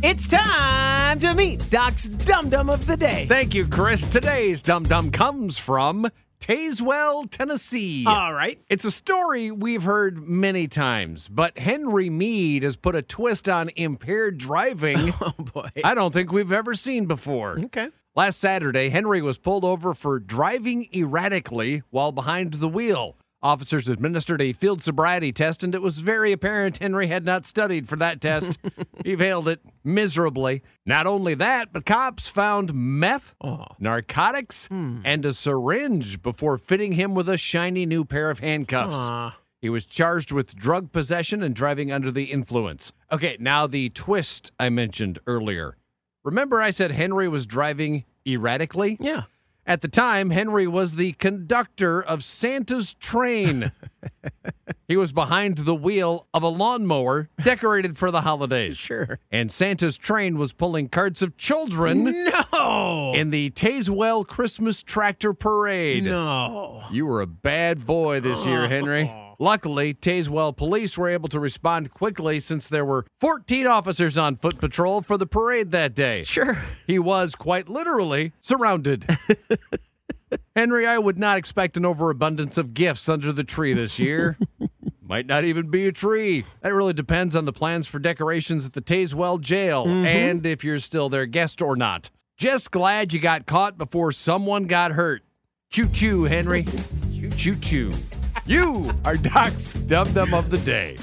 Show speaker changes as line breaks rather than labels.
It's time to meet Doc's Dum Dum of the Day.
Thank you, Chris. Today's Dum Dum comes from Tazewell, Tennessee.
All right.
It's a story we've heard many times, but Henry Mead has put a twist on impaired driving
Oh, boy.
I don't think we've ever seen before.
Okay.
Last Saturday, Henry was pulled over for driving erratically while behind the wheel. Officers administered a field sobriety test, and it was very apparent Henry had not studied for that test. he failed it miserably. Not only that, but cops found meth, narcotics, and a syringe before fitting him with a shiny new pair of handcuffs.
Uh,
He was charged with drug possession and driving under the influence. Okay, now the twist I mentioned earlier. Remember, I said Henry was driving erratically?
Yeah.
At the time, Henry was the conductor of Santa's train. he was behind the wheel of a lawnmower decorated for the holidays.
Sure.
And Santa's train was pulling carts of children
No.
in the Tazewell Christmas Tractor Parade.
No.
You were a bad boy this year, Henry. Luckily, Tazewell police were able to respond quickly since there were 14 officers on foot patrol for the parade that day.
Sure.
He was quite literally surrounded. Henry, I would not expect an overabundance of gifts under the tree this year. Might not even be a tree. That really depends on the plans for decorations at the Tazewell jail and if you're still their guest or not. Just glad you got caught before someone got hurt. Choo choo, Henry. Choo choo. You are Doc's Dum Dum of the Day.